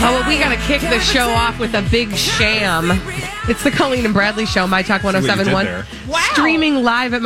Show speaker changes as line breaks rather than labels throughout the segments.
Oh, well, we got to kick the show off with a big sham. It's the Colleen and Bradley Show, My Talk
what
1071.
you did
Streaming live at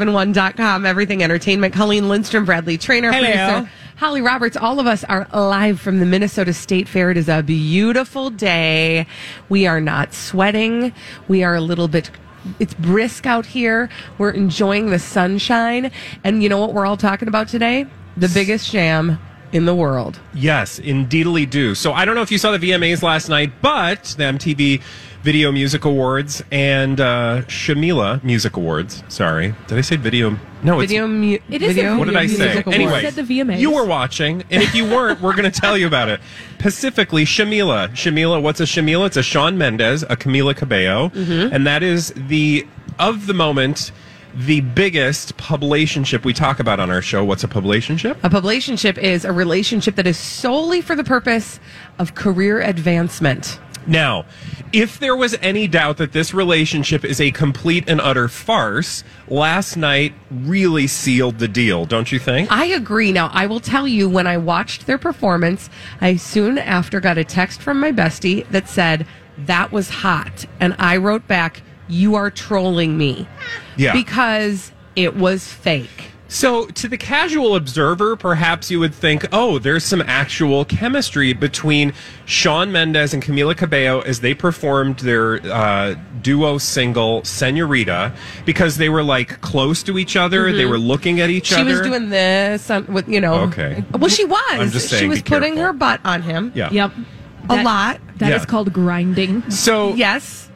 MyTalk1071.com. Everything Entertainment. Colleen Lindstrom, Bradley Trainer, producer. Holly Roberts, all of us are live from the Minnesota State Fair. It is a beautiful day. We are not sweating. We are a little bit. It's brisk out here. We're enjoying the sunshine. And you know what we're all talking about today? The biggest sham in the world.
Yes, indeedly do. So I don't know if you saw the VMAs last night, but the MTV Video Music Awards and uh, Shamila Music Awards. Sorry, did I say video? No, it's
Video, mu-
It is
video?
a video
What did I
music
say?
awards.
Anyway,
You said the VMAs.
you were watching, and if you weren't, we're going to tell you about it. Specifically, Shamila. Shamila, what's a Shamila? It's a Sean Mendez, a Camila Cabello, and that is the of the moment. The biggest publicationship we talk about on our show. What's a publicationship?
A publicationship is a relationship that is solely for the purpose of career advancement.
Now, if there was any doubt that this relationship is a complete and utter farce, last night really sealed the deal, don't you think?
I agree. Now, I will tell you when I watched their performance, I soon after got a text from my bestie that said, That was hot. And I wrote back, You are trolling me.
Yeah.
Because it was fake.
So, to the casual observer, perhaps you would think, oh, there's some actual chemistry between Sean Mendez and Camila Cabello as they performed their uh, duo single, Senorita, because they were like close to each other. They were looking at each
Mm-hmm. She was
other.
doing this on, with, you know.
Okay.
Well, she was.
I'm just
she
saying,
was
be
putting
careful.
her butt on him
Yeah.
Yep.
a
That-
lot.
That is
Yeah.
called grinding.
So,
Yes.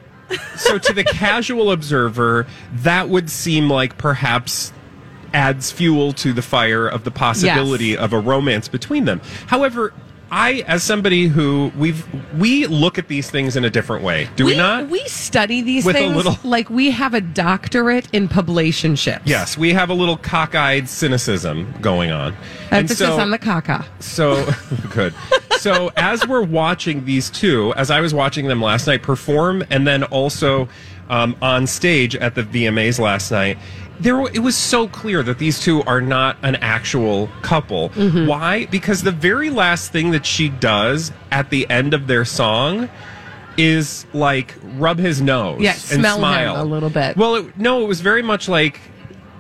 so to the casual observer, that would seem like perhaps adds fuel to the fire of the possibility of a romance between them. However, I as somebody who we've we look at these things in a different way. Do we, not?
We study these
With a
things
little-
like we have a doctorate in publicationships.
yes, we have a little cockeyed cynicism going on. And
Emphasis
so-
on the caca.
So good. So as we're watching these two, as I was watching them last night perform, and then also um, on stage at the VMAs last night, there it was so clear that these two are not an actual couple.
Mm-hmm.
Why? Because the very last thing that she does at the end of their song is like rub his nose
Yeah,
and
smell him
smile
a little bit.
Well, it, no, it was very much like,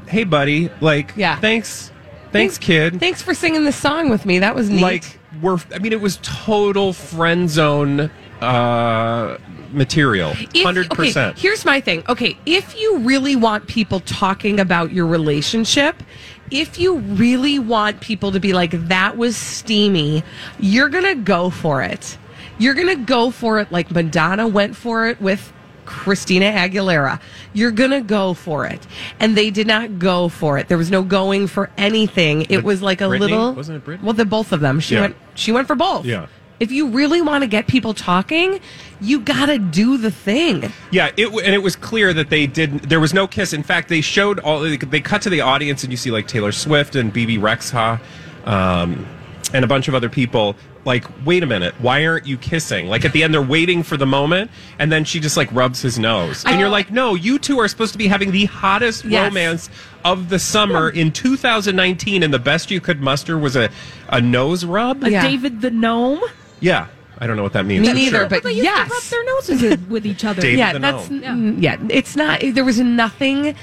"Hey, buddy, like,
Yeah.
thanks, thanks, kid,
Thanks for singing the song with me. That was neat.
like we're i mean it was total friend zone uh material
If-
100%
Okay, here's my thing. Okay, if you really want people talking about your relationship, if you really want people to be like, that was steamy, you're going to go for it. You're going to go for it like Madonna went for it with Christina Aguilera. You're going to go for it. And they did not go for it. There was no going for anything. It was like a
Britney?
little.
Wasn't it Britney?
Well, the both of them. She
Yeah.
went. She went for both.
Yeah.
If you really want to get people talking, you got to do the thing.
yeah it w- and it was clear that they didn't there was no kiss in fact they showed all they, they cut to the audience and you see like taylor swift and bb rexha um and a bunch of other people like wait a minute why aren't you kissing like at the end they're waiting for the moment and then she just like rubs his nose and you're like no you two are supposed to be having the hottest
Yes.
romance of the summer in 2019 and the best you could muster was a, a nose rub
A
Yeah.
David the gnome.
Yeah, I don't know what that means.
Me
I'm
neither,
sure.
but
They used
yes.
to rub their noses in- with each other.
David-
yeah,
the
that's
gnome.
mm, yeah. It's not. There was nothing.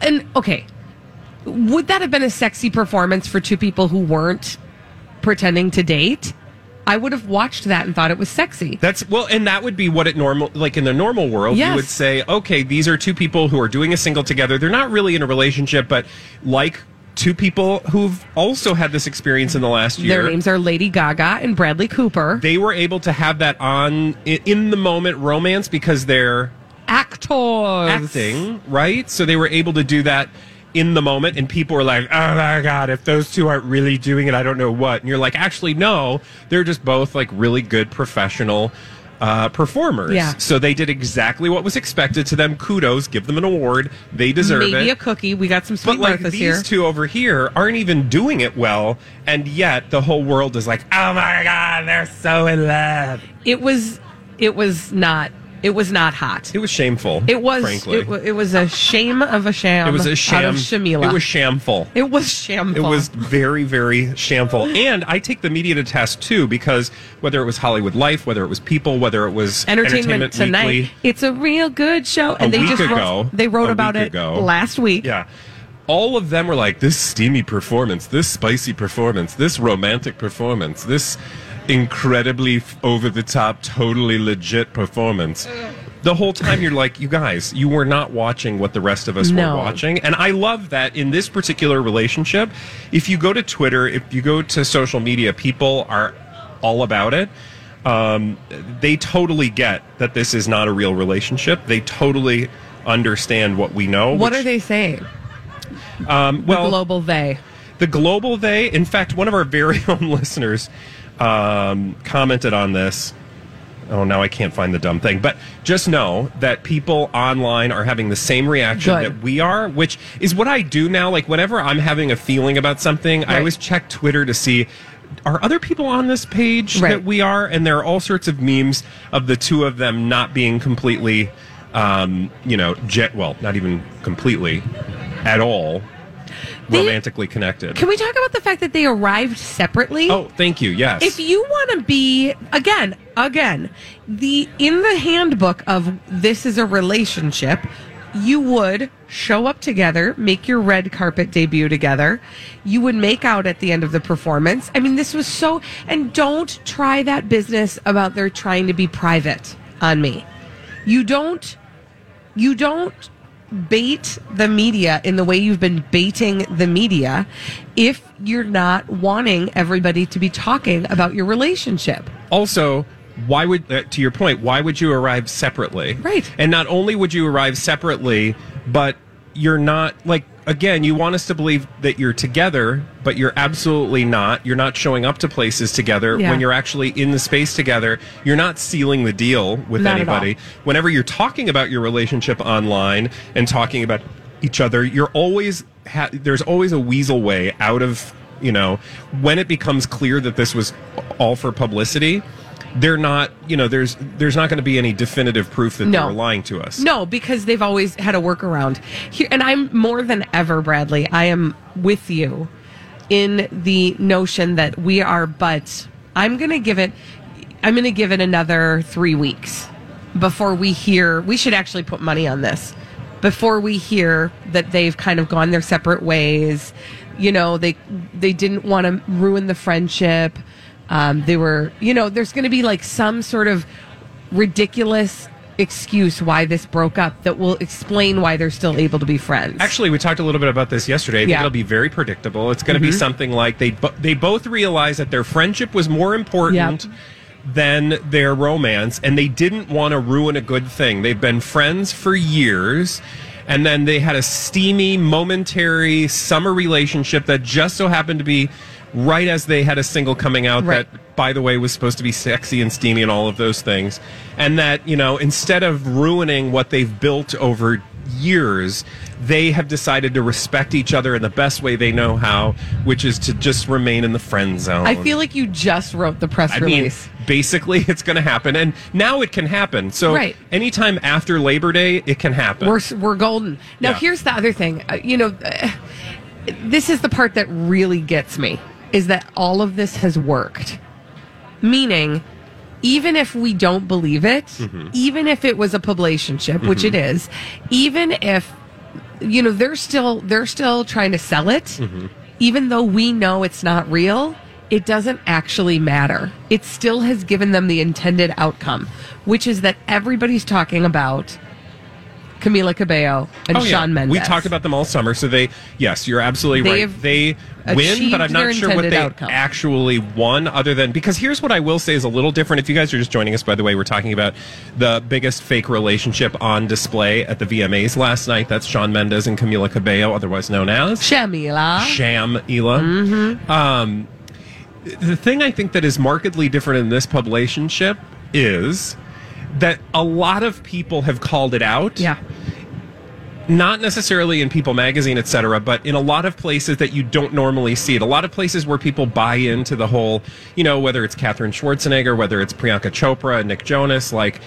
And okay, would that have been a sexy performance for two people who weren't pretending to date? I would have watched that and thought it was sexy.
That's well, and that would be what it normal like in the normal world
Yes.
you would say, okay, these are two people who are doing a single together. They're not really in a relationship, but like two people who've also had this experience in the last year.
Their names are Lady Gaga and Bradley Cooper.
they were able to have that on i- in the moment romance because they're
actors.
acting, right? So they were able to do that in the moment, and people were like, "Oh my god, if those two aren't really doing it, I don't know what." And you're like, "Actually, no, they're just both like really good professional." Uh, performers.
Yeah.
So they did exactly what was expected to them. Kudos, give them an award. They deserve it.
Maybe a cookie. We got some sweet
But like
Marthas
these
here.
two over here aren't even doing it well, and yet the whole world is like, "Oh my god, they're so in love."
it was, it was not, it was not hot.
It was shameful.
It was,
frankly,
it, wa- it was a shame of a sham.
It was a
Out of
sham.
Shamila.
It was shameful.
It was shameful.
It was very, very shameful. And I take the media to task too, because whether it was Hollywood Life, whether it was People, whether it was
Entertainment, Tonight.
Weekly,
It's a real good show, and they
week
just
ago.
wrote, they wrote
A
about
week
it
ago.
last week.
yeah, all of them were like this steamy performance, this spicy performance, this romantic performance, this incredibly over the top, totally legit performance. The whole time you're like, you guys, you were not watching what the rest of us
No.
were watching. And I love that in this particular relationship, if you go to Twitter, if you go to social media, people are all about it. Um, they totally get that this is not a real relationship. They totally understand what we know.
What
which-
are they saying?
Um, well,
Global they.
the global they. In fact, one of our very own listeners um, commented on this. Oh, now I can't find the dumb thing. But just know that people online are having the same reaction
Good.
that we are, which is what I do now. Like, whenever I'm having a feeling about something, I
Right.
always check Twitter to see are other people on this page
Right.
that we are? And there are all sorts of memes of the two of them not being completely, um, you know, jet, well, not even completely at all
They-
romantically connected.
Can we talk about the fact that they arrived separately?
Oh, thank you. Yes.
If you want to be again, again, the in the handbook of this is a relationship, you would show up together, make your red carpet debut together. You would make out at the end of the performance. I mean, this was so and don't try that business about they're trying to be private on me. You don't you don't bait the media in the way you've been baiting the media if you're not wanting everybody to be talking about your relationship.
also, why would uh, to your point? Why would you arrive separately?
Right.
And not only would you arrive separately, but you're not like again. You want us to believe that you're together, but you're absolutely not. You're not showing up to places together
Yeah.
when you're actually in the space together. You're not sealing the deal with
Not at all.
anybody. Whenever you're talking about your relationship online and talking about each other, you're always ha- there's always a weasel way out of you know when it becomes clear that this was all for publicity. They're not, you know, there's there's not going to be any definitive proof that they
No.
were lying to us.
No, because they've always had a workaround. Here, and I'm more than ever, Bradley, I am with you in the notion that we are, but I'm going to give it, I'm going to give it another three weeks before we hear, we should actually put money on this before we hear that they've kind of gone their separate ways. You know, they, they didn't want to ruin the friendship. Um, they were, you know, there's going to be like some sort of ridiculous excuse why this broke up that will explain why they're still able to be friends.
Actually, we talked a little bit about this yesterday. I think
Yeah. Mm-hmm.
it'll be very predictable. It's going to be something like they bo- they both realize that their friendship was more important
Yep.
than their romance, and they didn't want to ruin a good thing. They've been friends for years. And then they had a steamy, momentary summer relationship that just so happened to be right as they had a single coming out
Right.
that, by the way, was supposed to be sexy and steamy and all of those things. And that, you know, instead of ruining what they've built over years, they have decided to respect each other in the best way they know how, which is to just remain in the friend zone.
I feel like you just wrote the press
I mean,
release.
basically, it's going to happen, and now it can happen. So,
Right.
anytime after Labor Day, it can happen.
We're we're golden. Now
Yeah.
here's the other thing. Uh, you know, uh, this is the part that really gets me is that all of this has worked. Meaning even if we don't believe it,
Mm-hmm.
even if it was a publicationship, which it is, even if you
Mm-hmm.
know they're still they're still trying to sell it even though we know it's not real it doesn't actually matter. It still has given them the intended outcome, which is that everybody's talking about Camila Cabello and
Oh, yeah.
Sean Mendes.
We talked about them all summer, so they yes, you're absolutely right.
They've
They win,
achieved
but I'm
their
not sure what
intended
they
outcome.
actually won. Other than because here's what I will say is a little different. If you guys are just joining us, by the way, we're talking about the biggest fake relationship on display at the VMAs last night. That's Sean Mendes and Camila Cabello, otherwise known as
Shamila.
Sham Ela.
Mm-hmm.
Um, the thing I think that is markedly different in this publicationship is that a lot of people have called it out
yeah.
not necessarily in People Magazine, et cetera, but in a lot of places that you don't normally see it. A lot of places where people buy into the whole, you know, whether it's Katherine Schwarzenegger, whether it's Priyanka Chopra, Nick Jonas, like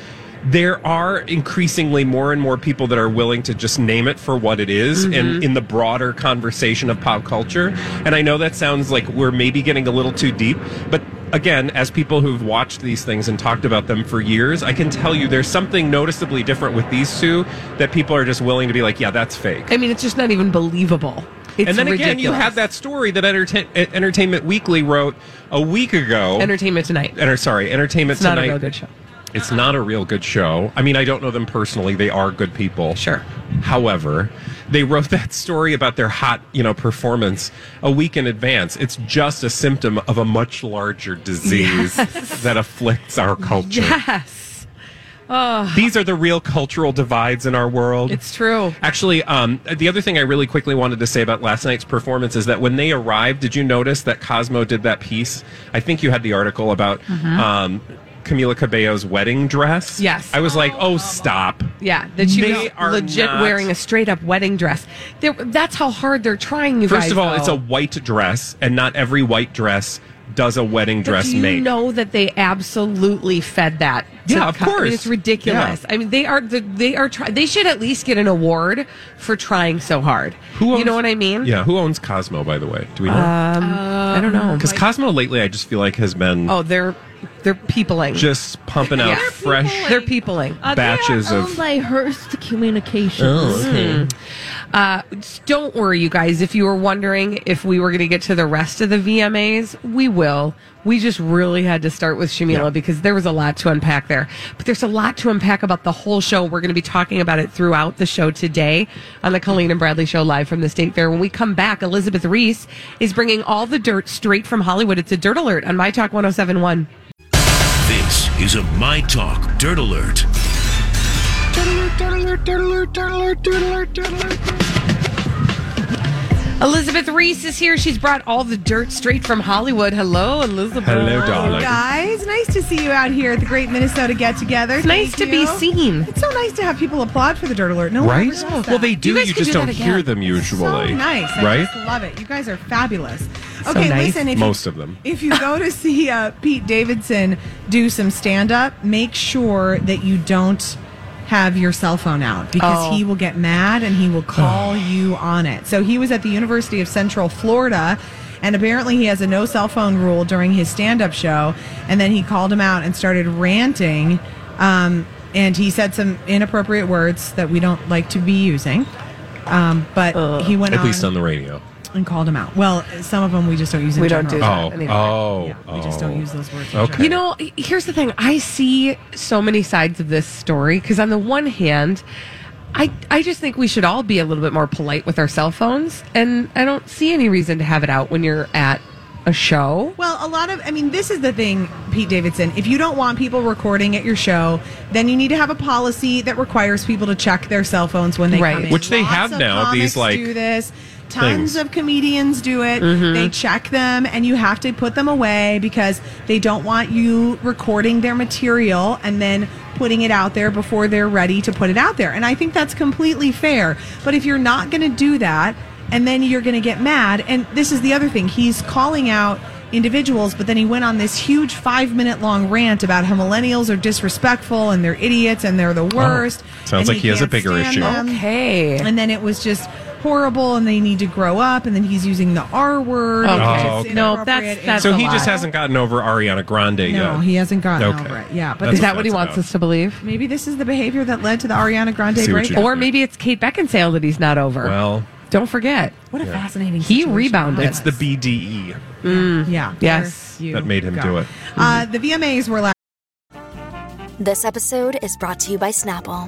there are increasingly more and more people that are willing to just name it for what it is in, in the broader conversation of pop culture. And I know that sounds like we're maybe getting a little too deep, but again, as people who've watched these things and talked about them for years, I can tell you there's something noticeably different with these two that people are just willing to be like, yeah, that's fake.
I mean, it's just not even believable. It's
and then again, you
ridiculous.
have that story that Entertain- Entertainment Weekly wrote a week ago.
Entertainment Tonight.
Enter- sorry, Entertainment
It's not
Tonight.
a real good show.
It's not a real good show. I mean, I don't know them personally. They are good people.
Sure.
However, they wrote that story about their hot, you know, performance a week in advance. It's just a symptom of a much larger disease that afflicts our culture.
Yes,
These are the real cultural divides in our world.
it's true.
Actually, um, the other thing I really quickly wanted to say about last night's performance is that when they arrived, did you notice that Cosmo did that piece? I think you had the article about um, Camila Cabello's wedding dress.
Mm-hmm. Yes.
I was like, oh, stop.
Yeah, that she
They are
was legit
not-
wearing a straight up wedding dress. They're, that's how hard they're trying. You
First
guys,
of all,
though.
it's a white dress, and not every white dress does a wedding
But
dress
do you
make.
know that they absolutely fed that? to
Yeah, of
co- I mean,
course.
it's ridiculous. I mean, they are the, they are try- they should at least get an award for trying so hard. you know what I mean? Um,
Yeah. Who owns Cosmo, by the way? Do we know?
I don't know.
Because Cosmo lately, I just feel like has been
Oh, they're they're peopling.
just pumping out
Yeah.
fresh.
they're peopling.
Uh,
Batches
they are
of-
owned by Hearst Communications.
Oh. Mm-hmm. Uh, just don't worry, you guys. If you were wondering if we were going to get to the rest of the VMAs, we will. We just really had to start with Shamila because there was a lot to unpack there. But there's a lot to unpack about the whole show. We're going to be talking about it throughout the show today on the Colleen and Bradley Show live from the State Fair. When we come back, Elizabeth Reese is bringing all the dirt straight from Hollywood. It's a dirt alert on My Talk 1071.
This is a My Talk Dirt Alert.
Elizabeth Reese is here. She's brought all the dirt straight from Hollywood. Hello, Elizabeth.
Hello, darling.
guys. Nice to see you out here at the Great Minnesota Get Together.
It's nice to be seen.
It's so nice to have people applaud for the Dirt Alert. No one
right?
ever does that.
Well, they do.
You
You,
guys can
just
do
not
that
hear
again.
them usually.
so nice. I
Right?
just love it. You guys are fabulous.
So
okay,
nice.
listen. If
Most
you,
of them.
If you go to see uh, Pete Davidson do some stand up, make sure that you don't have your cell phone out because
Oh.
he will get mad and he will call you on it. So he was at the University of Central Florida. And apparently, he has a no cell phone rule during his stand up show. And then he called him out and started ranting. Um, and he said some inappropriate words that we don't like to be using. Um, but he went
At
on
least on the radio.
and called them out. Well, some of them we just don't use. In
We don't
general.
do that.
Oh,
anyway.
oh,
Yeah, we just
oh.
don't use those words. in
Okay.
general.
You know, h- here's the thing. I see so many sides of this story because on the one hand, I I just think we should all be a little bit more polite with our cell phones, and I don't see any reason to have it out when you're at a show.
Well, a lot of, I mean, this is the thing, Pete Davidson. If you don't want people recording at your show, then you need to have a policy that requires people to check their cell phones when they
Right.
come in.
Which they
Lots
have
of
now, these,
comics
like,
do this. Tons
things. Mm-hmm.
of comedians do it. They check them, and you have to put them away because they don't want you recording their material and then putting it out there before they're ready to put it out there. And I think that's completely fair. But if you're not going to do that, and then you're going to get mad, and this is the other thing, he's calling out individuals, but then he went on this huge five minute long rant about how millennials are disrespectful and they're idiots and they're the worst.
Sounds
and
like he has a
can't
bigger
stand
issue.
them.
Hey,
And then it was just horrible and they need to grow up and then he's using the R word.
Okay.
which is
Oh, okay.
No, that's-
inappropriate.
that's
So
a
he
lot.
just hasn't gotten over Ariana Grande yet.
No, he hasn't gotten
Okay.
over it. Yeah, but
That's
is
this-
that what he
that's
wants
about.
us to believe?
maybe this is the behavior that led to the Ariana Grande
See what you
breakup.
did.
Or maybe it's Kate Beckinsale that he's not over.
Well,
don't forget
What a fascinating
he
situation.
rebounded.
it's the BDE.
Yeah.
Yes.
There you
That made him
go.
do it.
Uh, the VMAs were last.
This episode is brought to you by Snapple.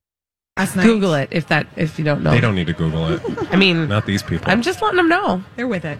Last night.
Google it if that if you don't know.
They don't need to Google it.
I mean,
Not these people.
I'm just letting them know.
They're with it.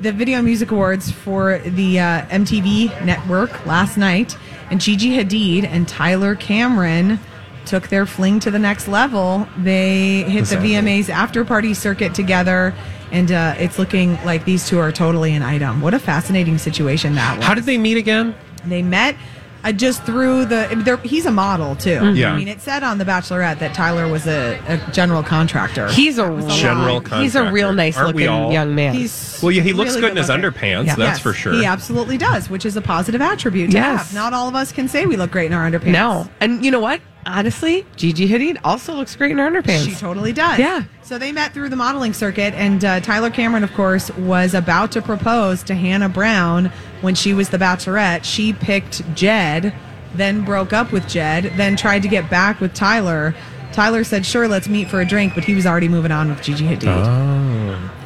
The Video Music Awards for the uh, MTV network last night, and Gigi Hadid and Tyler Cameron took their fling to the next level. They hit the VMAs after party circuit together, and uh, it's looking like these two are totally an item. What a fascinating situation that was.
How did they meet again?
They met uh, just through the. I mean, they're- He's a model too.
Yeah.
I mean, it said on The Bachelorette that Tyler was a, a general contractor.
He's a
General
He's a real
contractor.
nice
Aren't we
looking
all?
young man.
He's
Well, yeah, he looks good in his
looking.
underpants, that's for sure.
He absolutely does, which is a positive attribute to
Yes.
have. Not all of us can say we look great in our underpants.
no, and you know what? Honestly, Gigi Hadid also looks great in her underpants.
She totally does.
Yeah.
So they met through the modeling circuit, and uh, Tyler Cameron, of course, was about to propose to Hannah Brown when she was the Bachelorette. She picked Jed, then broke up with Jed, then tried to get back with Tyler. Tyler said, "Sure, let's meet for a drink," but he was already moving on with Gigi Hadid.
Oh.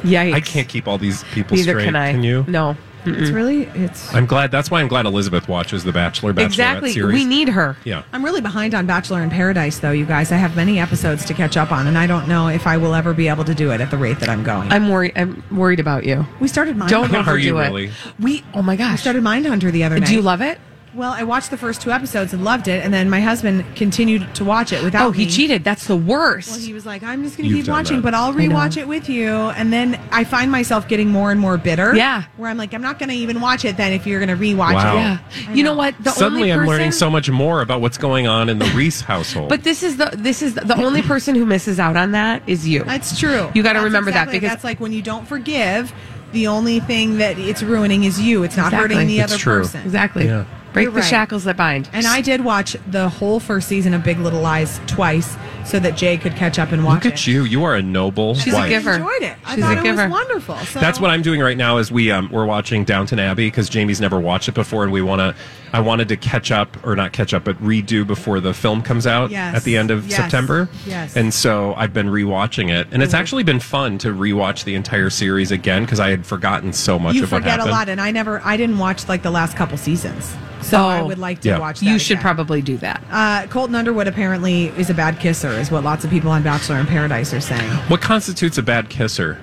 Yikes!
I can't keep all these people
Neither
straight.
can I.
you?
No.
It's really, it's.
I'm glad. That's why I'm glad Elizabeth watches the Bachelor Bachelorette
Exactly.
series.
We need her.
Yeah.
I'm really behind on Bachelor in Paradise, though, you guys. I have many episodes to catch up on, and I don't know if I will ever be able to do it at the rate that I'm going.
I'm worried. I'm worried about you.
we started Mind
Don't overdo
Are you
it.
really?
We. Oh my
I
gosh.
started Mindhunter the other night.
Do you love it?
Well, I watched the first two episodes and loved it, and then my husband continued to watch it without.
Oh, he
me.
cheated. That's the worst.
Well, he was like, "I'm just going to
You've
keep
done
watching,
that.
but I'll rewatch it with you." And then I find myself getting more and more bitter.
Yeah.
where I'm like, "I'm not going to even watch it then if you're going to rewatch
Wow.
it."
yeah. You know what? The
Suddenly,
only
I'm
person,
learning so much more about what's going on in the Reese household.
But this is the this is the, the only person who misses out on that is you.
That's true.
You got to
That's
remember
exactly-
that because
that's like when you don't forgive, the only thing that it's ruining is you. It's not
Exactly.
hurting the
It's
other
true.
person.
exactly
Yeah.
break
You're
the
right.
shackles that bind.
And I did watch the whole first season of Big Little Lies twice so that Jay could catch up and watch
Look at
it.
you. You are a noble
She's a
wife.
giver.
I enjoyed it. I
She's
thought
a
it
giver.
was wonderful. So
That's what I'm doing right now. Is we um, we're watching Downton Abbey because Jamie's never watched it before, and we want to. I wanted to catch up, or not catch up, but redo before the film comes out
Yes.
at the end of
Yes.
September.
Yes. Mm-hmm.
And so I've been rewatching it, and it's actually been fun to rewatch the entire series again because I had forgotten so much
you
of what
forget a
happened.
lot, and I never, I didn't watch like the last couple seasons. So I
Oh.
would like to
Yeah.
watch. That
you should
again.
probably do that.
Uh, Colton Underwood apparently is a bad kisser, is what lots of people on Bachelor in Paradise are saying.
What constitutes a bad kisser?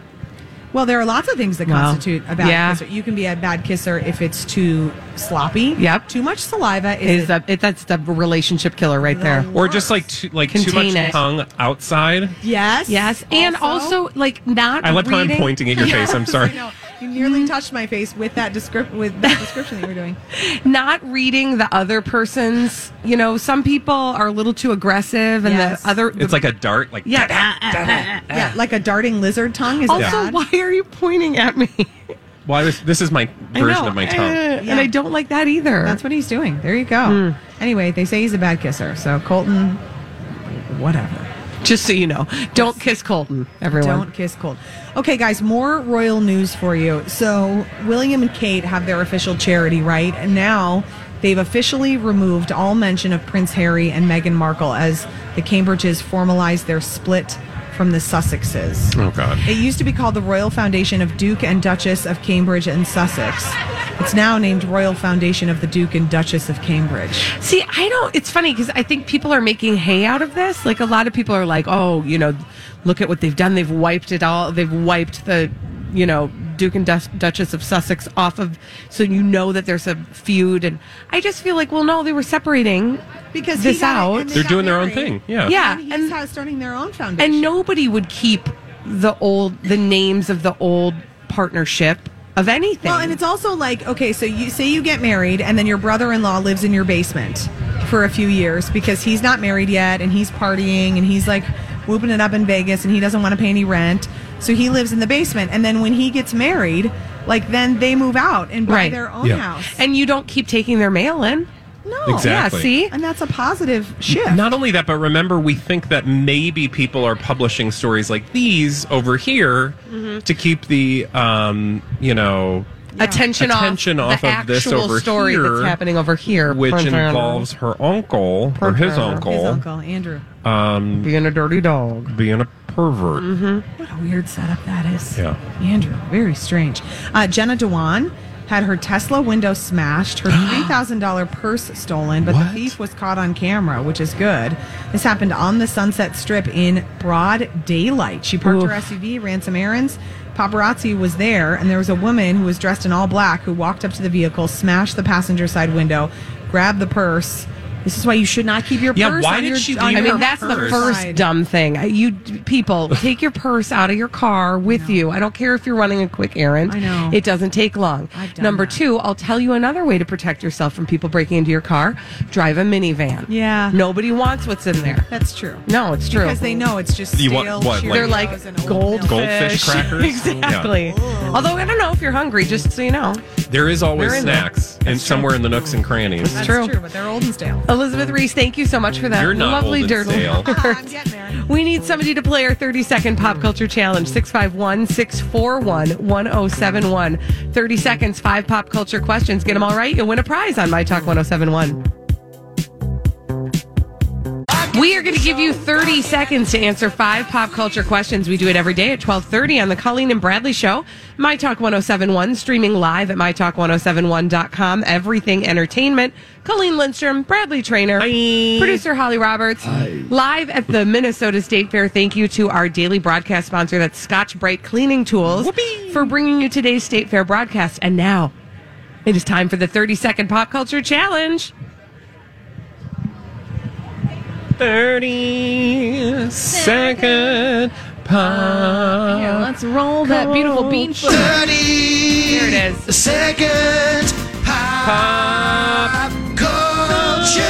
Well, there are lots of things that
Wow.
constitute a bad
Yeah.
kisser. You can be a bad kisser if it's too sloppy.
Yep.
Too much saliva
Is the it, that's the relationship killer right there?
Or just like too, like too
Contain
much
it.
tongue outside?
Yes.
Yes, and also, like not.
I love how I'm
reading-
pointing at your face. I'm sorry.
I know. You
Mm.
nearly touched my face with that descrip- with that description that you were doing.
not reading the other person's. You know, some people are a little too aggressive, and
Yes.
the other. the-
It's like a dart. Like
yeah.
Yeah, like a darting lizard tongue is it
Also,
bad?
why are you pointing at me?
Well, I was, this is my
I
version
know,
of my
eh,
tongue.
and I don't like that either.
That's what he's doing. There you go.
Hmm.
Anyway, they say he's a bad kisser. So Colton, whatever.
Just so you know, don't kiss Colton, everyone.
Don't kiss cold. Okay, guys, more royal news for you. So, William and Kate have their official charity, right? And now they've officially removed all mention of Prince Harry and Meghan Markle as the Cambridges formalized their split from the Sussexes.
Oh God.
It used to be called the Royal Foundation of Duke and Duchess of Cambridge and Sussex. It's now named Royal Foundation of the Duke and Duchess of Cambridge.
See, I don't. It's funny because I think people are making hay out of this. Like a lot of people are like, "Oh, you know, look at what they've done. They've wiped it all. They've wiped the, you know, Duke and Duch- Duchess of Sussex off of, so you know that there's a feud. And I just feel like, well, no, they were separating
Because he
this
got it,
out,
and they
They're
got
doing their own thing.
married.
Yeah.
yeah,
And he's
and
ha- starting their own foundation.
and nobody would keep the old the names of the old partnership of anything.
Well, and it's also like okay, so you say you get married, and then your brother-in-law lives in your basement for a few years because he's not married yet, and he's partying, and he's like whooping it up in Vegas, and he doesn't want to pay any rent, so he lives in the basement. And then when he gets married, like then they move out and buy
Right.
their own
Yeah.
house.
and you don't keep taking their mail in.
no,
Exactly.
Yeah, see?
and that's a positive shift.
Not only that, but remember, we think that maybe people are publishing stories like these over here
Mm-hmm.
to keep the, um, you know,
Attention,
Attention
off,
off
the
of this
actual
over
story
here,
that's happening over here,
which involves her uncle or his uncle,
His uncle Andrew.
being a dirty dog.
being a pervert.
Mm-hmm.
What a weird setup that is.
Yeah.
Andrew, very strange. Uh, Jenna Dewan had her Tesla window smashed, her $3,000 purse stolen, but
What?
the thief was caught on camera, which is good. This happened on the Sunset Strip in broad daylight. She parked her SUV, ran some errands. Paparazzi was there, and there was a woman who was dressed in all black who walked up to the vehicle, smashed the passenger side window, grabbed the purse. This is why you should not keep your
Yeah,
purse.
why
on
did
your-
she
on
leave
I
your
mean, that's the
purse.
first
side.
dumb thing. You people take your purse out of your car with you. I don't care if you're running a quick errand.
I know.
it doesn't take long.
I've done
Number
that.
two, I'll tell you another way to protect yourself from people breaking into your car: drive a minivan.
Yeah.
nobody wants what's in there.
That's true.
No, it's true.
Because they know it's just
You
stale
want- what, like-
they're
Cheerios
like
and old
goldfish,
milk.
Goldfish crackers? Oh.
exactly. Although I don't know if you're hungry. Just so you know,
There is always
They're in there.
snacks and somewhere in the nooks and crannies.
That's
True.
true. but they're old and stale.
Elizabeth Reese, thank you so much for that
You're not
lovely
old and
dirtle.
stale.
I'm getting there.
We need somebody to play our 30 second pop culture challenge 651 641 1071. 30 seconds, five pop culture questions. Get them all right. You'll win a prize on My Talk 1071. We are going to give you 30 seconds to answer five pop culture questions. We do it every day at 12:30 on the Colleen and Bradley show. My Talk 1071 streaming live at mytalk1071.com. Everything Entertainment. Colleen Lindstrom, Bradley Trainer, producer Holly Roberts, live at the Minnesota State Fair. Thank you to our daily broadcast sponsor that's Scotch Bright Cleaning Tools for bringing you today's State Fair broadcast. And now it is time for the 30 second pop culture challenge.
30 second pop.
Yeah, let's roll that beautiful bean foot.
Here it is.
Second pop culture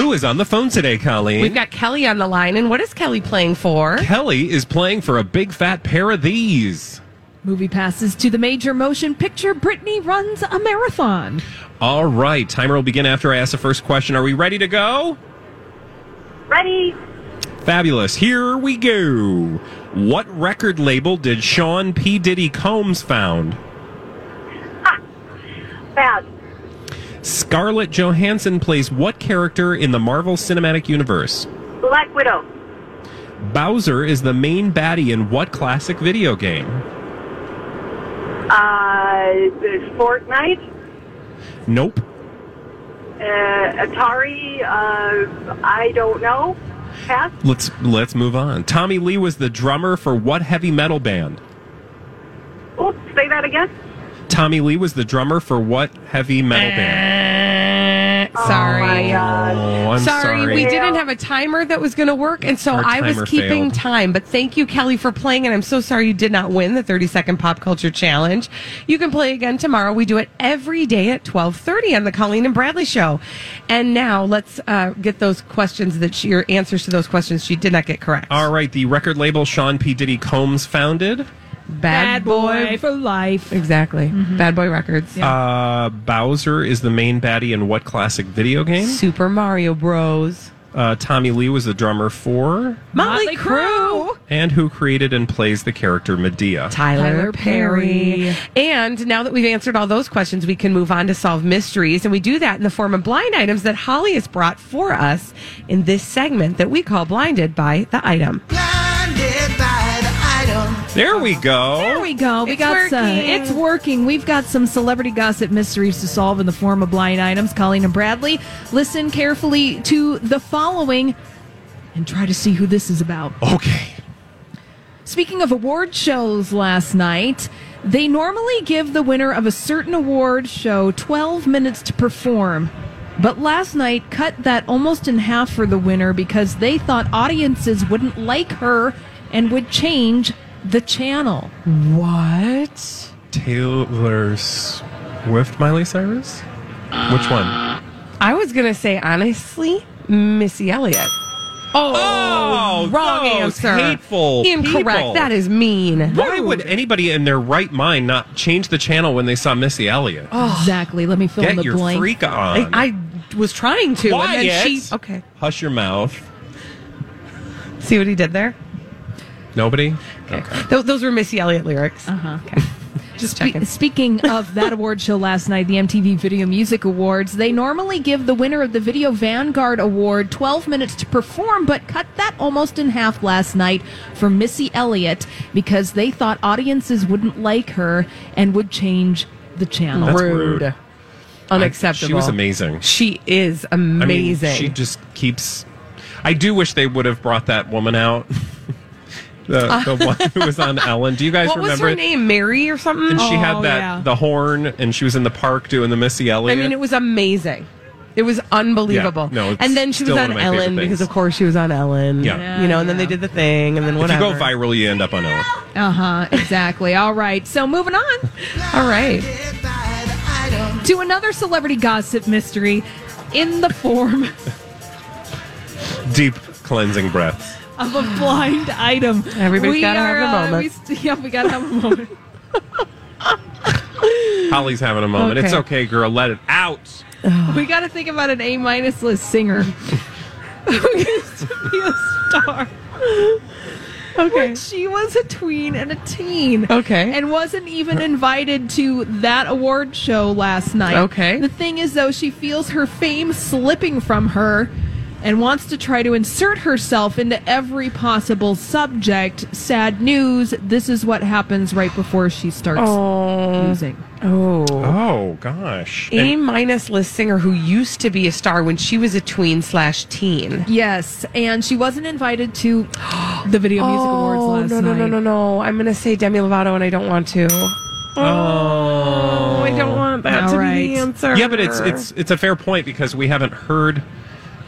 Who is on the phone today, Colleen?
We've got Kelly on the line, and what is Kelly playing for?
Kelly is playing for a big fat pair of these.
Movie passes to the major motion picture. Brittany runs a marathon.
All right, timer will begin after I ask the first question. Are we ready to go?
Ready?
Fabulous. Here we go. What record label did Sean P. Diddy Combs found?
Bad.
Scarlett Johansson plays what character in the Marvel Cinematic Universe?
Black Widow.
Bowser is the main baddie in what classic video game?
Uh, Fortnite.
Nope.
Uh, Atari. Uh, I don't know. Pass.
Let's let's move on. Tommy Lee was the drummer for what heavy metal band?
Oops. Say that again.
Tommy Lee was the drummer for what heavy metal band?
Oh my
Ah, Sorry.
God.
Oh, I'm sorry.
Sorry, we didn't have a timer that was going to work, and so
Our
I was
timer
keeping
failed.
time. But thank you, Kelly, for playing, and I'm so sorry you did not win the 30 second pop culture challenge. You can play again tomorrow. We do it every day at 12:30 on the Colleen and Bradley show. And now let's uh, get those questions that she, your answers to those questions she did not get correct.
All right, the record label Sean P. Diddy Combs founded.
Bad, boy.
for life.
Exactly. Bad boy records.
Uh, Bowser is the main baddie in what classic video game?
Super Mario Bros.
Uh, Tommy Lee was the drummer for.
Motley,
Motley
Crue.
And who created and plays the character Medea?
Tyler,
Tyler
Perry.
Perry.
And now that we've answered all those questions, we can move on to solve mysteries. And we do that in the form of blind items that Holly has brought for us in this segment that we call Blinded by the Item.
There we go.
There we go. We
It's
got some.
working.
It's working. We've got some celebrity gossip mysteries to solve in the form of blind items. Colleen and Bradley, listen carefully to the following and try to see who this is about.
Okay.
Speaking of award shows last night, they normally give the winner of a certain award show 12 minutes to perform. But last night cut that almost in half for the winner because they thought audiences wouldn't like her and would change the channel.
What?
Taylor Swift, Miley Cyrus? Which one?
I was going to say, honestly, Missy Elliott. Oh,
Oh,
wrong
those
answer.
hateful
Incorrect.
people.
That is mean.
Why would anybody in their right mind not change the channel when they saw Missy Elliott?
Oh,
Exactly. Let me fill in
Get
the
your
blank.
freak on.
I, I was trying to, and then she.
Wyatt.
Okay.
Hush your mouth.
See what he did there?
Nobody?
Those, those were Missy Elliott lyrics. Uh huh. Okay. Just
Spe-
checking.
Speaking of that award show last night, the MTV Video Music Awards, they normally give the winner of the Video Vanguard Award 12 minutes to perform, but cut that almost in half last night for Missy Elliott because they thought audiences wouldn't like her and would change the channel.
That's
rude.
rude.
Unacceptable.
She was amazing.
She is
I
amazing.
mean, she just keeps. I do wish they would have brought that woman out. the, the one who was on Ellen. Do you guys
Uh, what was
remember
her
it?
name? Mary or something?
And she had
Oh,
that
yeah.
the horn, and she was in the park doing the Missy
I
Elliott.
mean, it was amazing. It was unbelievable.
Yeah, no, it's
and then she was
still one
on
of my favorite
Ellen because,
things.
of course, she was on Ellen.
Yeah.
You know, and then they did the thing, and then
if you
whatever.
go viral, you end up on Ellen.
Uh huh, exactly. All right, so moving on.
All right.
to another celebrity gossip mystery in the form
Deep cleansing breaths.
of a blind item.
Everybody's
We
gotta have
are,
a
uh,
moment.
we st- yeah, we gotta have a moment.
Holly's having a moment. It's okay, girl. Let it out.
We got to think about an A minus list singer who used to be a star. Okay. When she was a tween and a teen.
Okay.
And wasn't even invited to that award show last night.
Okay.
The thing is, though, she feels her fame slipping from her and wants to try to insert herself into every possible subject. Sad news. This is what happens right before she starts using.
Oh.
Oh gosh. And
A minus list singer who used to be a star when she was a tween slash teen.
Yes, and she wasn't invited to the Video Music Awards last
Oh, no, no,
night.
no, no, no. I'm going to say Demi Lovato, and I don't want to. Oh, I don't want that
All
to
right.
be the answer.
yeah, but it's it's it's a fair point because we haven't heard.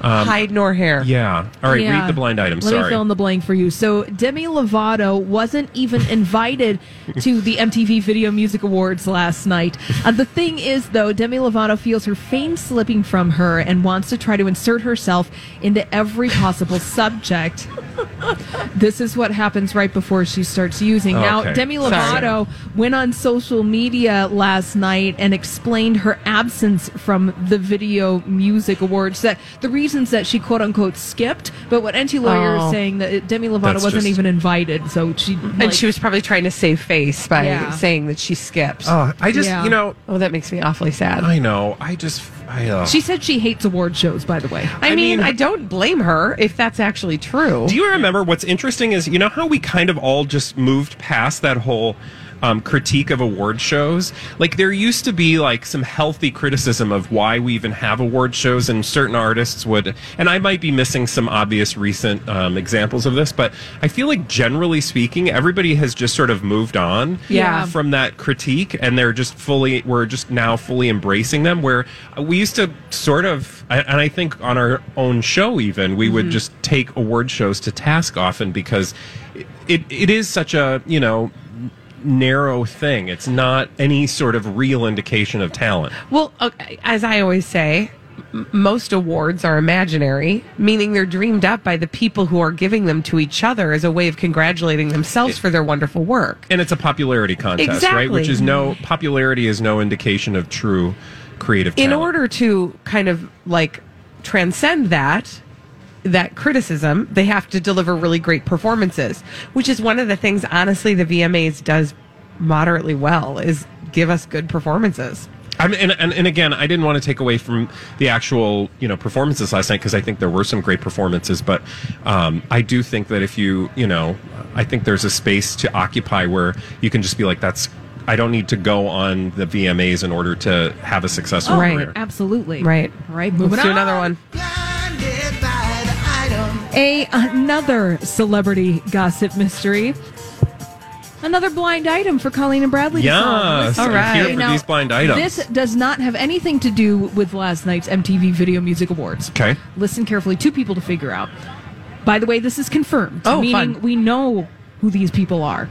hide nor hair.
Yeah. All right.
Yeah.
Read the blind item.
Let me
Sorry.
fill in the blank for you. So Demi Lovato wasn't even invited to the MTV Video Music Awards last night. Uh, the thing is, though, Demi Lovato feels her fame slipping from her and wants to try to insert herself into every possible subject. This is what happens right before she starts using. Now,
Okay.
Demi Lovato went on social media last night and explained her absence from the Video Music Awards, that the reasons that she quote unquote skipped. But what NT Lawyer
Oh. Mm-hmm.
is saying that it- Demi Lovato
That's
wasn't
just-
even invited, so she
And she was probably trying to save face by
Yeah.
saying that she skipped.
Oh, I just
Yeah.
you know
oh, that makes me awfully sad.
I know I just I. Uh,
She said she hates award shows, by the way.
I,
I
mean,
mean-
I don't blame her if that's actually true.
Do you remember what's interesting is you know how we kind of all just moved past that whole um, critique of award shows? Like there used to be like some healthy criticism of why we even have award shows, and certain artists would. And I might be missing some obvious recent um, examples of this, but I feel like generally speaking, everybody has just sort of moved on
Yeah.
from that critique, and they're just fully we're just now fully embracing them. Where we used to sort of, I- and I think on our own show even, we
Mm-hmm.
would just take award shows to task often because it, it it is such a you know narrow thing. It's not any sort of real indication of talent.
well, okay, as I always say, m- most awards are imaginary, meaning they're dreamed up by the people who are giving them to each other as a way of congratulating themselves for their wonderful work.
And it's a popularity contest,
Exactly.
right? Which is no popularity is no indication of true creative
in
talent.
order to kind of like transcend that that criticism they have to deliver really great performances which is one of the things honestly the vmas does moderately well is give us good performances
I mean, and, and, and again, I didn't want to take away from the actual you know performances last night because I think there were some great performances, but um, I do think that if you you know, I think there's a space to occupy where you can just be like, that's I don't need to go on the VMAs in order to have a successful
Right.
career.
Absolutely.
right
All right, moving
Let's
on.
do another one
a another celebrity gossip mystery. Another blind item for Colleen and Bradley. to solve.
Yes,
Listen,
I'm All here right. for these blind items.
This does not have anything to do with last night's MTV Video Music Awards.
Okay.
Listen carefully. Two people to figure out. By the way, this is confirmed.
Oh,
meaning
fun.
we know who these people are.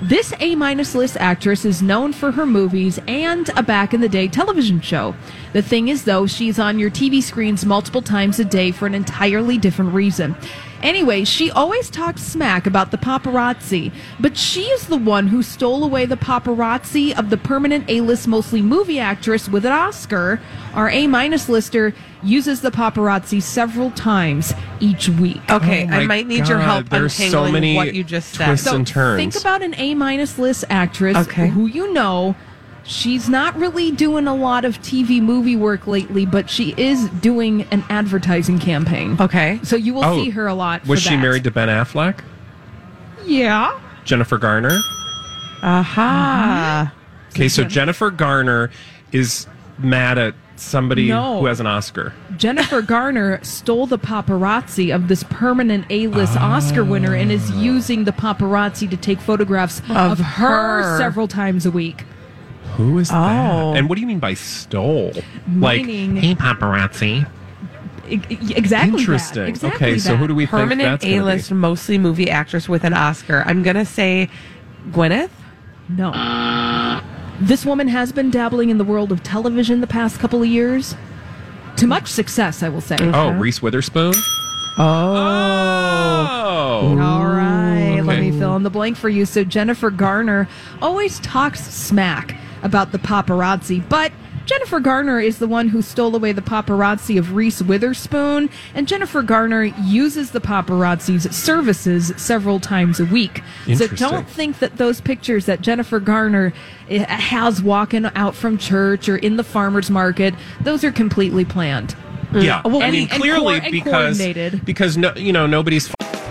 This A minus list actress is known for her movies and a back in the day television show. The thing is, though, she's on your TV screens multiple times a day for an entirely different reason. Anyway, she always talks smack about the paparazzi, but she is the one who stole away the paparazzi of the permanent A list, mostly movie actress with an Oscar. Our A minus lister uses the paparazzi several times each week.
Okay,
Oh my
I might need your
God,
help
there's so
untangling
many
what you just said.
twists and turns.
Think about an A minus list actress
Okay.
who you know. She's not really doing a lot of TV movie work lately, but she is doing an advertising campaign.
okay.
So you will
Oh,
see her a lot.
Was
for
she
that.
married to Ben Affleck?
Yeah.
Jennifer Garner?
Aha.
Okay, so Jennifer Garner is mad at somebody
No.
who has an Oscar.
Jennifer Garner stole the paparazzi of this permanent A-list
Oh.
Oscar winner and is using the paparazzi to take photographs of, her,
her.
several times a week.
Who is
Oh.
that? And what do you mean by stole? Like,
Meaning-
hey, paparazzi.
E- e- exactly. that.
Interesting.
Exactly
okay, so
that.
who do we think
Permanent
that's gonna
A
be?
list, mostly movie actress with an Oscar. I'm going to say Gwyneth.
No. This woman has been dabbling in the world of television the past couple of years. To much success, I will say.
Oh, Reese Witherspoon?
Oh.
Oh.
All right, let
Okay.
me fill in the blank for you. So Jennifer Garner always talks smack about the paparazzi, but Jennifer Garner is the one who stole away the paparazzi of Reese Witherspoon, and Jennifer Garner uses the paparazzi's services several times a week. So
Interesting.
don't think that those pictures that Jennifer Garner eh, has walking out from church or in the farmer's market, those are completely planned.
Yeah.
Uh, Well,
I
and-
mean,
and
clearly
coor- and
because,
coordinated.
because no, you know, nobody's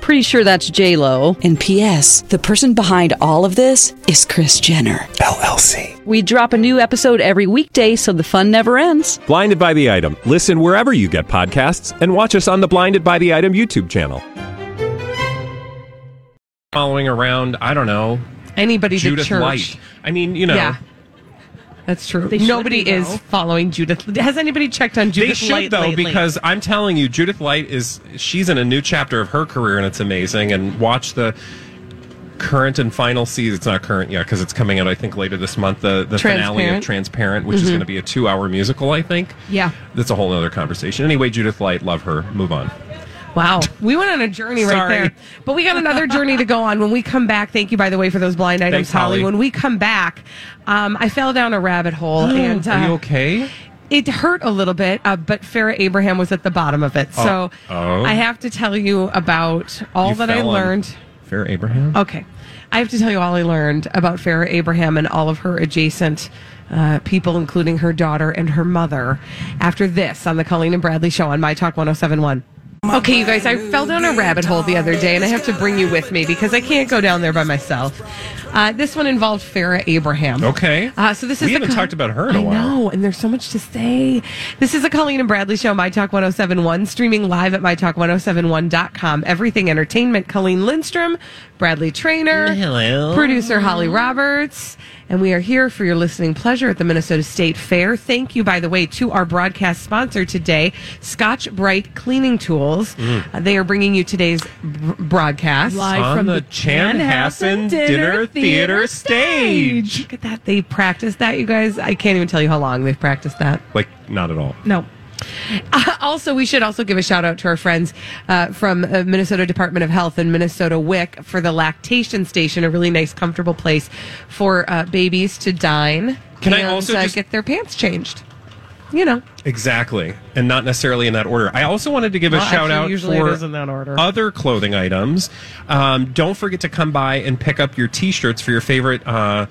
Pretty sure that's J Lo.
And P.S. The person behind all of this is Chris Jenner.
LLC.
We drop a new episode every weekday, so the fun never ends.
Blinded by the Item. Listen wherever you get podcasts and watch us on the Blinded by the Item YouTube channel. Following around, I don't know,
Anybody
Judith
to church.
Light. I mean, you know,
Yeah. That's true.
They should
Nobody
be,
is
though.
following Judith. Has anybody checked on Judith
they should
Light
though
lately?
because i'm telling you judith light is she's in a new chapter of her career and it's amazing and watch the current and final season it's not current yet because it's coming out i think later this month the, the finale of
Transparent. Mm-hmm.
transparent which is going to be a two hour musical i think
Yeah.
that's a whole other conversation anyway judith light love her move on
Wow. We went on a journey right
Sorry.
there. But we got another journey to go on when we come back. Thank you, by the way, for those blind items,
Thanks, Holly.
When we come back, um, I fell down a rabbit hole and
are you
uh,
okay
it hurt a little bit, uh, but Farrah Abraham was at the bottom of it. So
Oh.
I have to tell you about all
You
that I
fell on
learned. Oh.
fair abraham
Okay. I have to tell you all I learned about Farrah Abraham and all of her adjacent uh, people, including her daughter and her mother, after this on the Colleen and Bradley show on My Talk 1071. Okay, you guys, I fell down a rabbit hole the other day, and I have to bring you with me because I can't go down there by myself. Uh, this one involved Farrah Abraham.
okay
Uh, so this
we
is the
haven't
Col-
talked about her in a
I
while
know, and there's so much to say. This is a Colleen and Bradley show, My Talk 1071, streaming live at MyTalk1071.com. Everything Entertainment, Colleen Lindstrom, Bradley Trainer,
Hello.
producer Holly Roberts, and we are here for your listening pleasure at the Minnesota State Fair. Thank you, by the way, to our broadcast sponsor today, Scotch Bright Cleaning Tools. Uh,
Mm.
they are bringing you today's b- broadcast.
Live
on
from
the Chanhassen Dinner Theater stage.
Look at that. They practiced that, you guys. I can't even tell you how long they've practiced that.
Like, not at all.
No. Uh, also, we should also give a shout out to our friends uh, from uh, Minnesota Department of Health and Minnesota WIC for the lactation station, a really nice, comfortable place for uh, babies to dine.
Can I
and,
also
uh,
just-
get their pants changed? You know,
Exactly, and not necessarily in that order. I also wanted to give a
Well,
shout
actually,
out
usually it
for
is in that order.
other clothing items. Um, don't forget to come by and pick up your T-shirts for your favorite. Uh,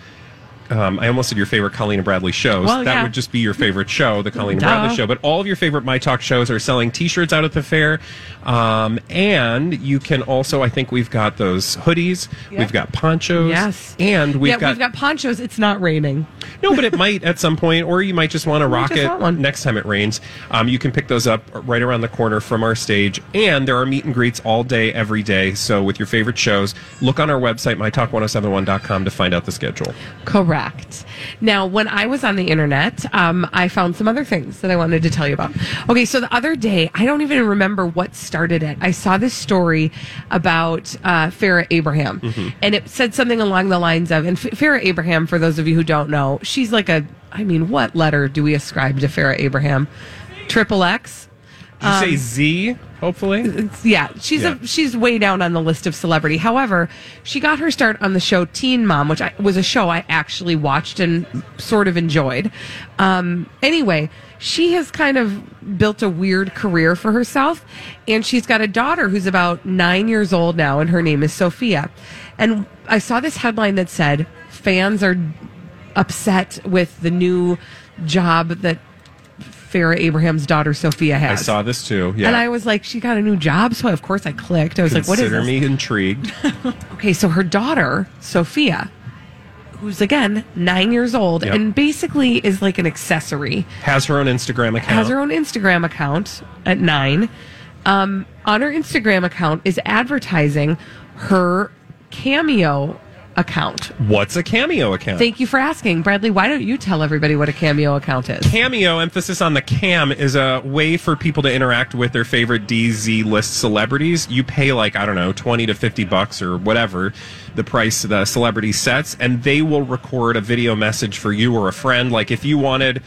um, I almost said your favorite Colleen and Bradley shows.
Well,
that
yeah.
would just be your favorite show, the Colleen and
Duh.
Bradley show. But all of your favorite My Talk shows are selling T-shirts out at the fair, um, and you can also. I think we've got those hoodies.
Yep.
We've got ponchos.
Yes.
and we've
yeah,
got
we've got ponchos. It's not raining.
no, but it might at some point, or you might just want to
might
rock
just
it
want one.
next time it rains. Um, you can pick those up right around the corner from our stage. And there are meet and greets all day, every day. So with your favorite shows, look on our website, mytalk1071.com, to find out the schedule.
Correct. Now, when I was on the internet, um, I found some other things that I wanted to tell you about. Okay, so the other day, I don't even remember what started it. I saw this story about uh, Farrah Abraham,
Mhm.
and it said something along the lines of, and F- Farrah Abraham, for those of you who don't know, she's like a, I mean, what letter do we ascribe to Farrah Abraham? Triple X?
Did you
Um,
say Z, hopefully?
yeah, she's a she's way down on the list of celebrity. However, she got her start on the show Teen Mom, which I, was a show I actually watched and sort of enjoyed. Um, anyway, she has kind of built a weird career for herself, and she's got a daughter who's about nine years old now, and her name is Sophia. And I saw this headline that said fans are upset with the new job that Farrah Abraham's daughter Sophia
I
has.
saw this too. Yeah.
And I was like, she got a new job. So of course I clicked. I was like, what is
Consider
this?
me intrigued.
Okay, so her daughter, Sophia, who's again nine years old
Yep.
and basically is like an accessory,
Has her own Instagram account.
has her own Instagram account at nine. Um, on her Instagram account is advertising her cameo account.
What's a cameo account?
Thank you for asking. Bradley, why don't you tell everybody what a cameo account is?
Cameo, emphasis on the cam, is a way for people to interact with their favorite DZ list celebrities. You pay like, I don't know, 20 to 50 bucks or whatever the price the celebrity sets, and they will record a video message for you or a friend. Like if you wanted.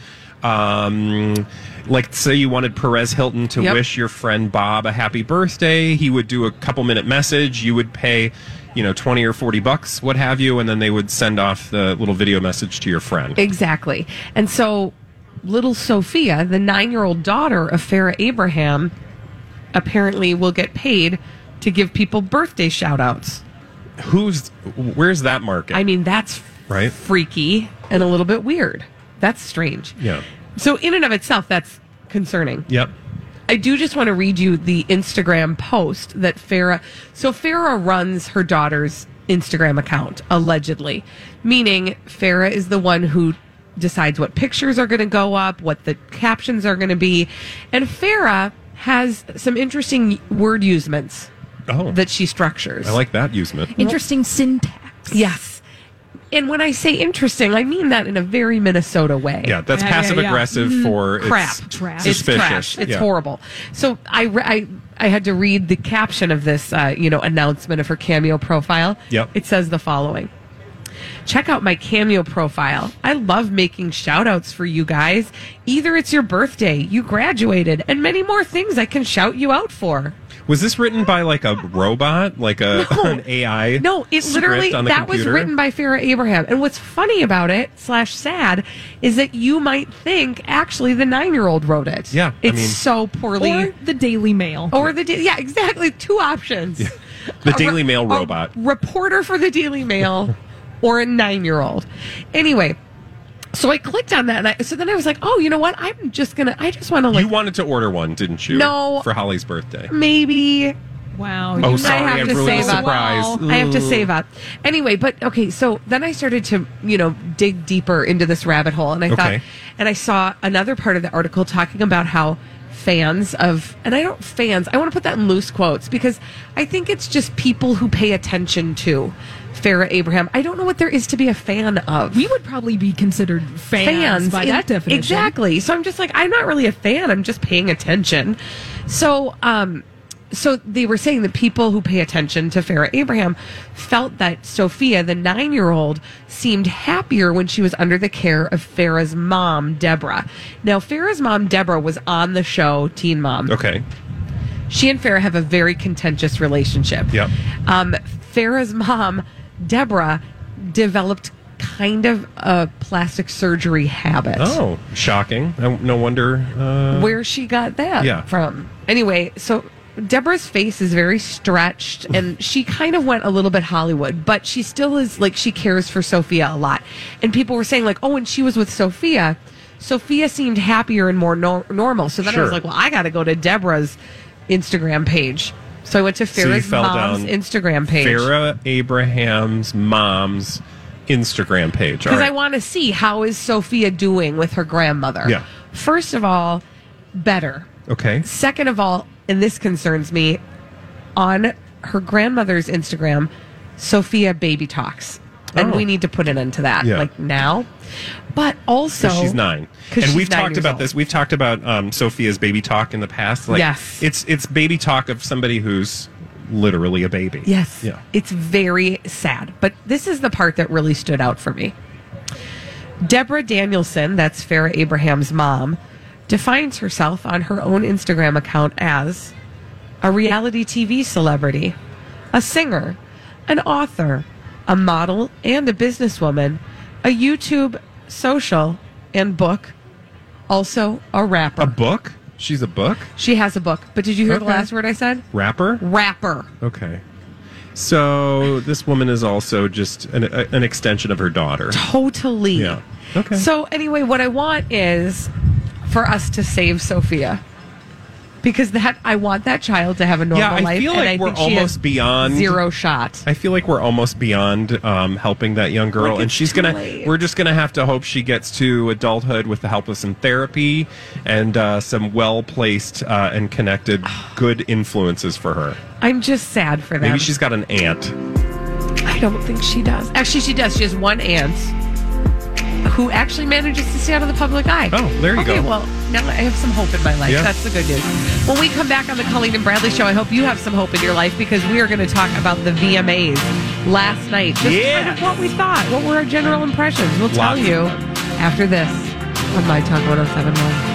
Um, like say you wanted Perez Hilton to
Yep.
wish your friend Bob a happy birthday, he would do a couple minute message. You would pay, you know, twenty or forty bucks, what have you, and then they would send off the little video message to your friend.
Exactly. And so little Sophia, the nine year old daughter of Farah Abraham, apparently will get paid to give people birthday shout outs.
Who's where's that market?
I mean, that's
right?
freaky and a little bit weird. That's strange.
Yeah.
So, in and of itself, that's concerning.
Yep.
I do just want to read you the Instagram post that Farah. So Farah runs her daughter's Instagram account allegedly, meaning Farah is the one who decides what pictures are going to go up, what the captions are going to be, and Farah has some interesting word usements
oh.
that she structures.
I like that usement.
Interesting syntax. Yes. And when I say interesting, I mean that in a very Minnesota way.
Yeah, that's Yeah, yeah, passive yeah. aggressive
Mhm.
for it's
crap.
suspicious.
It's trash. It's
Yeah.
horrible. So I, re- I I had to read the caption of this, uh, you know, announcement of her cameo profile.
Yep.
It says the following. Check out my cameo profile. I love making shout outs for you guys. Either it's your birthday, you graduated, and many more things I can shout you out for.
Was this written by like a robot, like a an AI?
No, it
script
literally
on the
that was
computer?
written by Farah Abraham. And what's funny about it slash sad is that you might think actually the nine year old wrote it.
Yeah, I
it's
mean-
so poorly.
Or
the Daily Mail. Or the da- yeah, exactly. Two options:
the
a
Daily
re-
Mail
a
robot.
reporter for the Daily Mail, or a nine year old. Anyway. So I clicked on that, and I, so then I was like, "Oh, you know what? I'm just gonna. I just want to like
you wanted to order one, didn't you?
No. Mm-hmm.
for Holly's birthday.
maybe. Wow.
Oh, sorry, I ruined the surprise.
up. I have to
Ooh.
save up. Anyway, but okay, so then I started to, you know, dig deeper into this rabbit hole and I
Okay.
thought and I saw another part of the article talking about how fans of and I don't fans, I want to put that in loose quotes because I think it's just people who pay attention to Farrah Abraham. I don't know what there is to be a fan of. We would probably be considered
fans by that definition.
Exactly. So I'm just like, I'm not really a fan. I'm just paying attention. So, um, so they were saying that people who pay attention to Farrah Abraham felt that Sophia, the nine year old, seemed happier when she was under the care of Farrah's mom, Deborah. Now, Farrah's mom, Deborah, was on the show Teen Mom.
Okay.
She and Farrah have a very contentious relationship.
Yep.
Um, Farrah's mom, Deborah, developed kind of a plastic surgery habit
Oh, shocking. No no wonder. Uh,
where she got that
Yeah.
from. Anyway, so Deborah's face is very stretched and she kind of went a little bit Hollywood, but she still is like she cares for Sophia a lot. And people were saying, like, oh, when she was with Sophia, Sophia seemed happier and more nor- normal. So then I was
Sure.
like, well, I got to go to Deborah's Instagram page. So I went to
So you
Farrah's
fell
mom's
down
Instagram page.
Farrah Abraham's mom's Instagram page. All
because I
right.
want to see how is Sophia doing with her grandmother.
Yeah.
First of all, better.
okay.
Second of all, and this concerns me, on her grandmother's Instagram, Sophia baby talks, and
Oh.
we need to put an end to that,
Yeah.
like now. But also,
'Cause she's nine,
'Cause
and
she's
we've
nine
talked
years
about
old.
this. We've talked about um, Sophia's baby talk in the past. Like,
Yes.
it's it's baby talk of somebody who's literally a baby.
Yes.
Yeah.
It's very sad. But this is the part that really stood out for me. Deborah Danielson, that's Farrah Abraham's mom, defines herself on her own Instagram account as a reality TV celebrity, a singer, an author, a model, and a businesswoman, a YouTube, social, and book, also a rapper.
A book. She's a book
She has a book. But did you hear the
Okay.
last word I said?
rapper.
Rapper.
Okay. So this woman is also just an, a, an extension of her daughter.
Totally.
Yeah. Okay.
So anyway, what I want is for us to save Sophia. Because that I want that child to have a normal
Yeah, I
life.
feel
and
like
I
we're
think she has
almost beyond-
zero shot.
I feel like we're almost beyond um, helping that young girl,
Like,
and
it's
she's
too
gonna.
late.
We're just gonna have to hope she gets to adulthood with the help of some therapy and uh, some well placed uh, and connected good influences for her.
I'm just sad for them.
Maybe she's got an aunt.
I don't think she does. Actually, she does. She has one aunt who actually manages to stay out of the public eye.
Oh, there you
okay,
go.
Well, now I have some hope in my life.
Yeah.
That's the good news. When we come back on the Colleen and Bradley show, I hope you have some hope in your life because we are going to talk about the VMAs last night. Just
Yeah.
kind of what we thought. What were our general impressions? We'll tell
Lots.
you after this on My Talk 1071.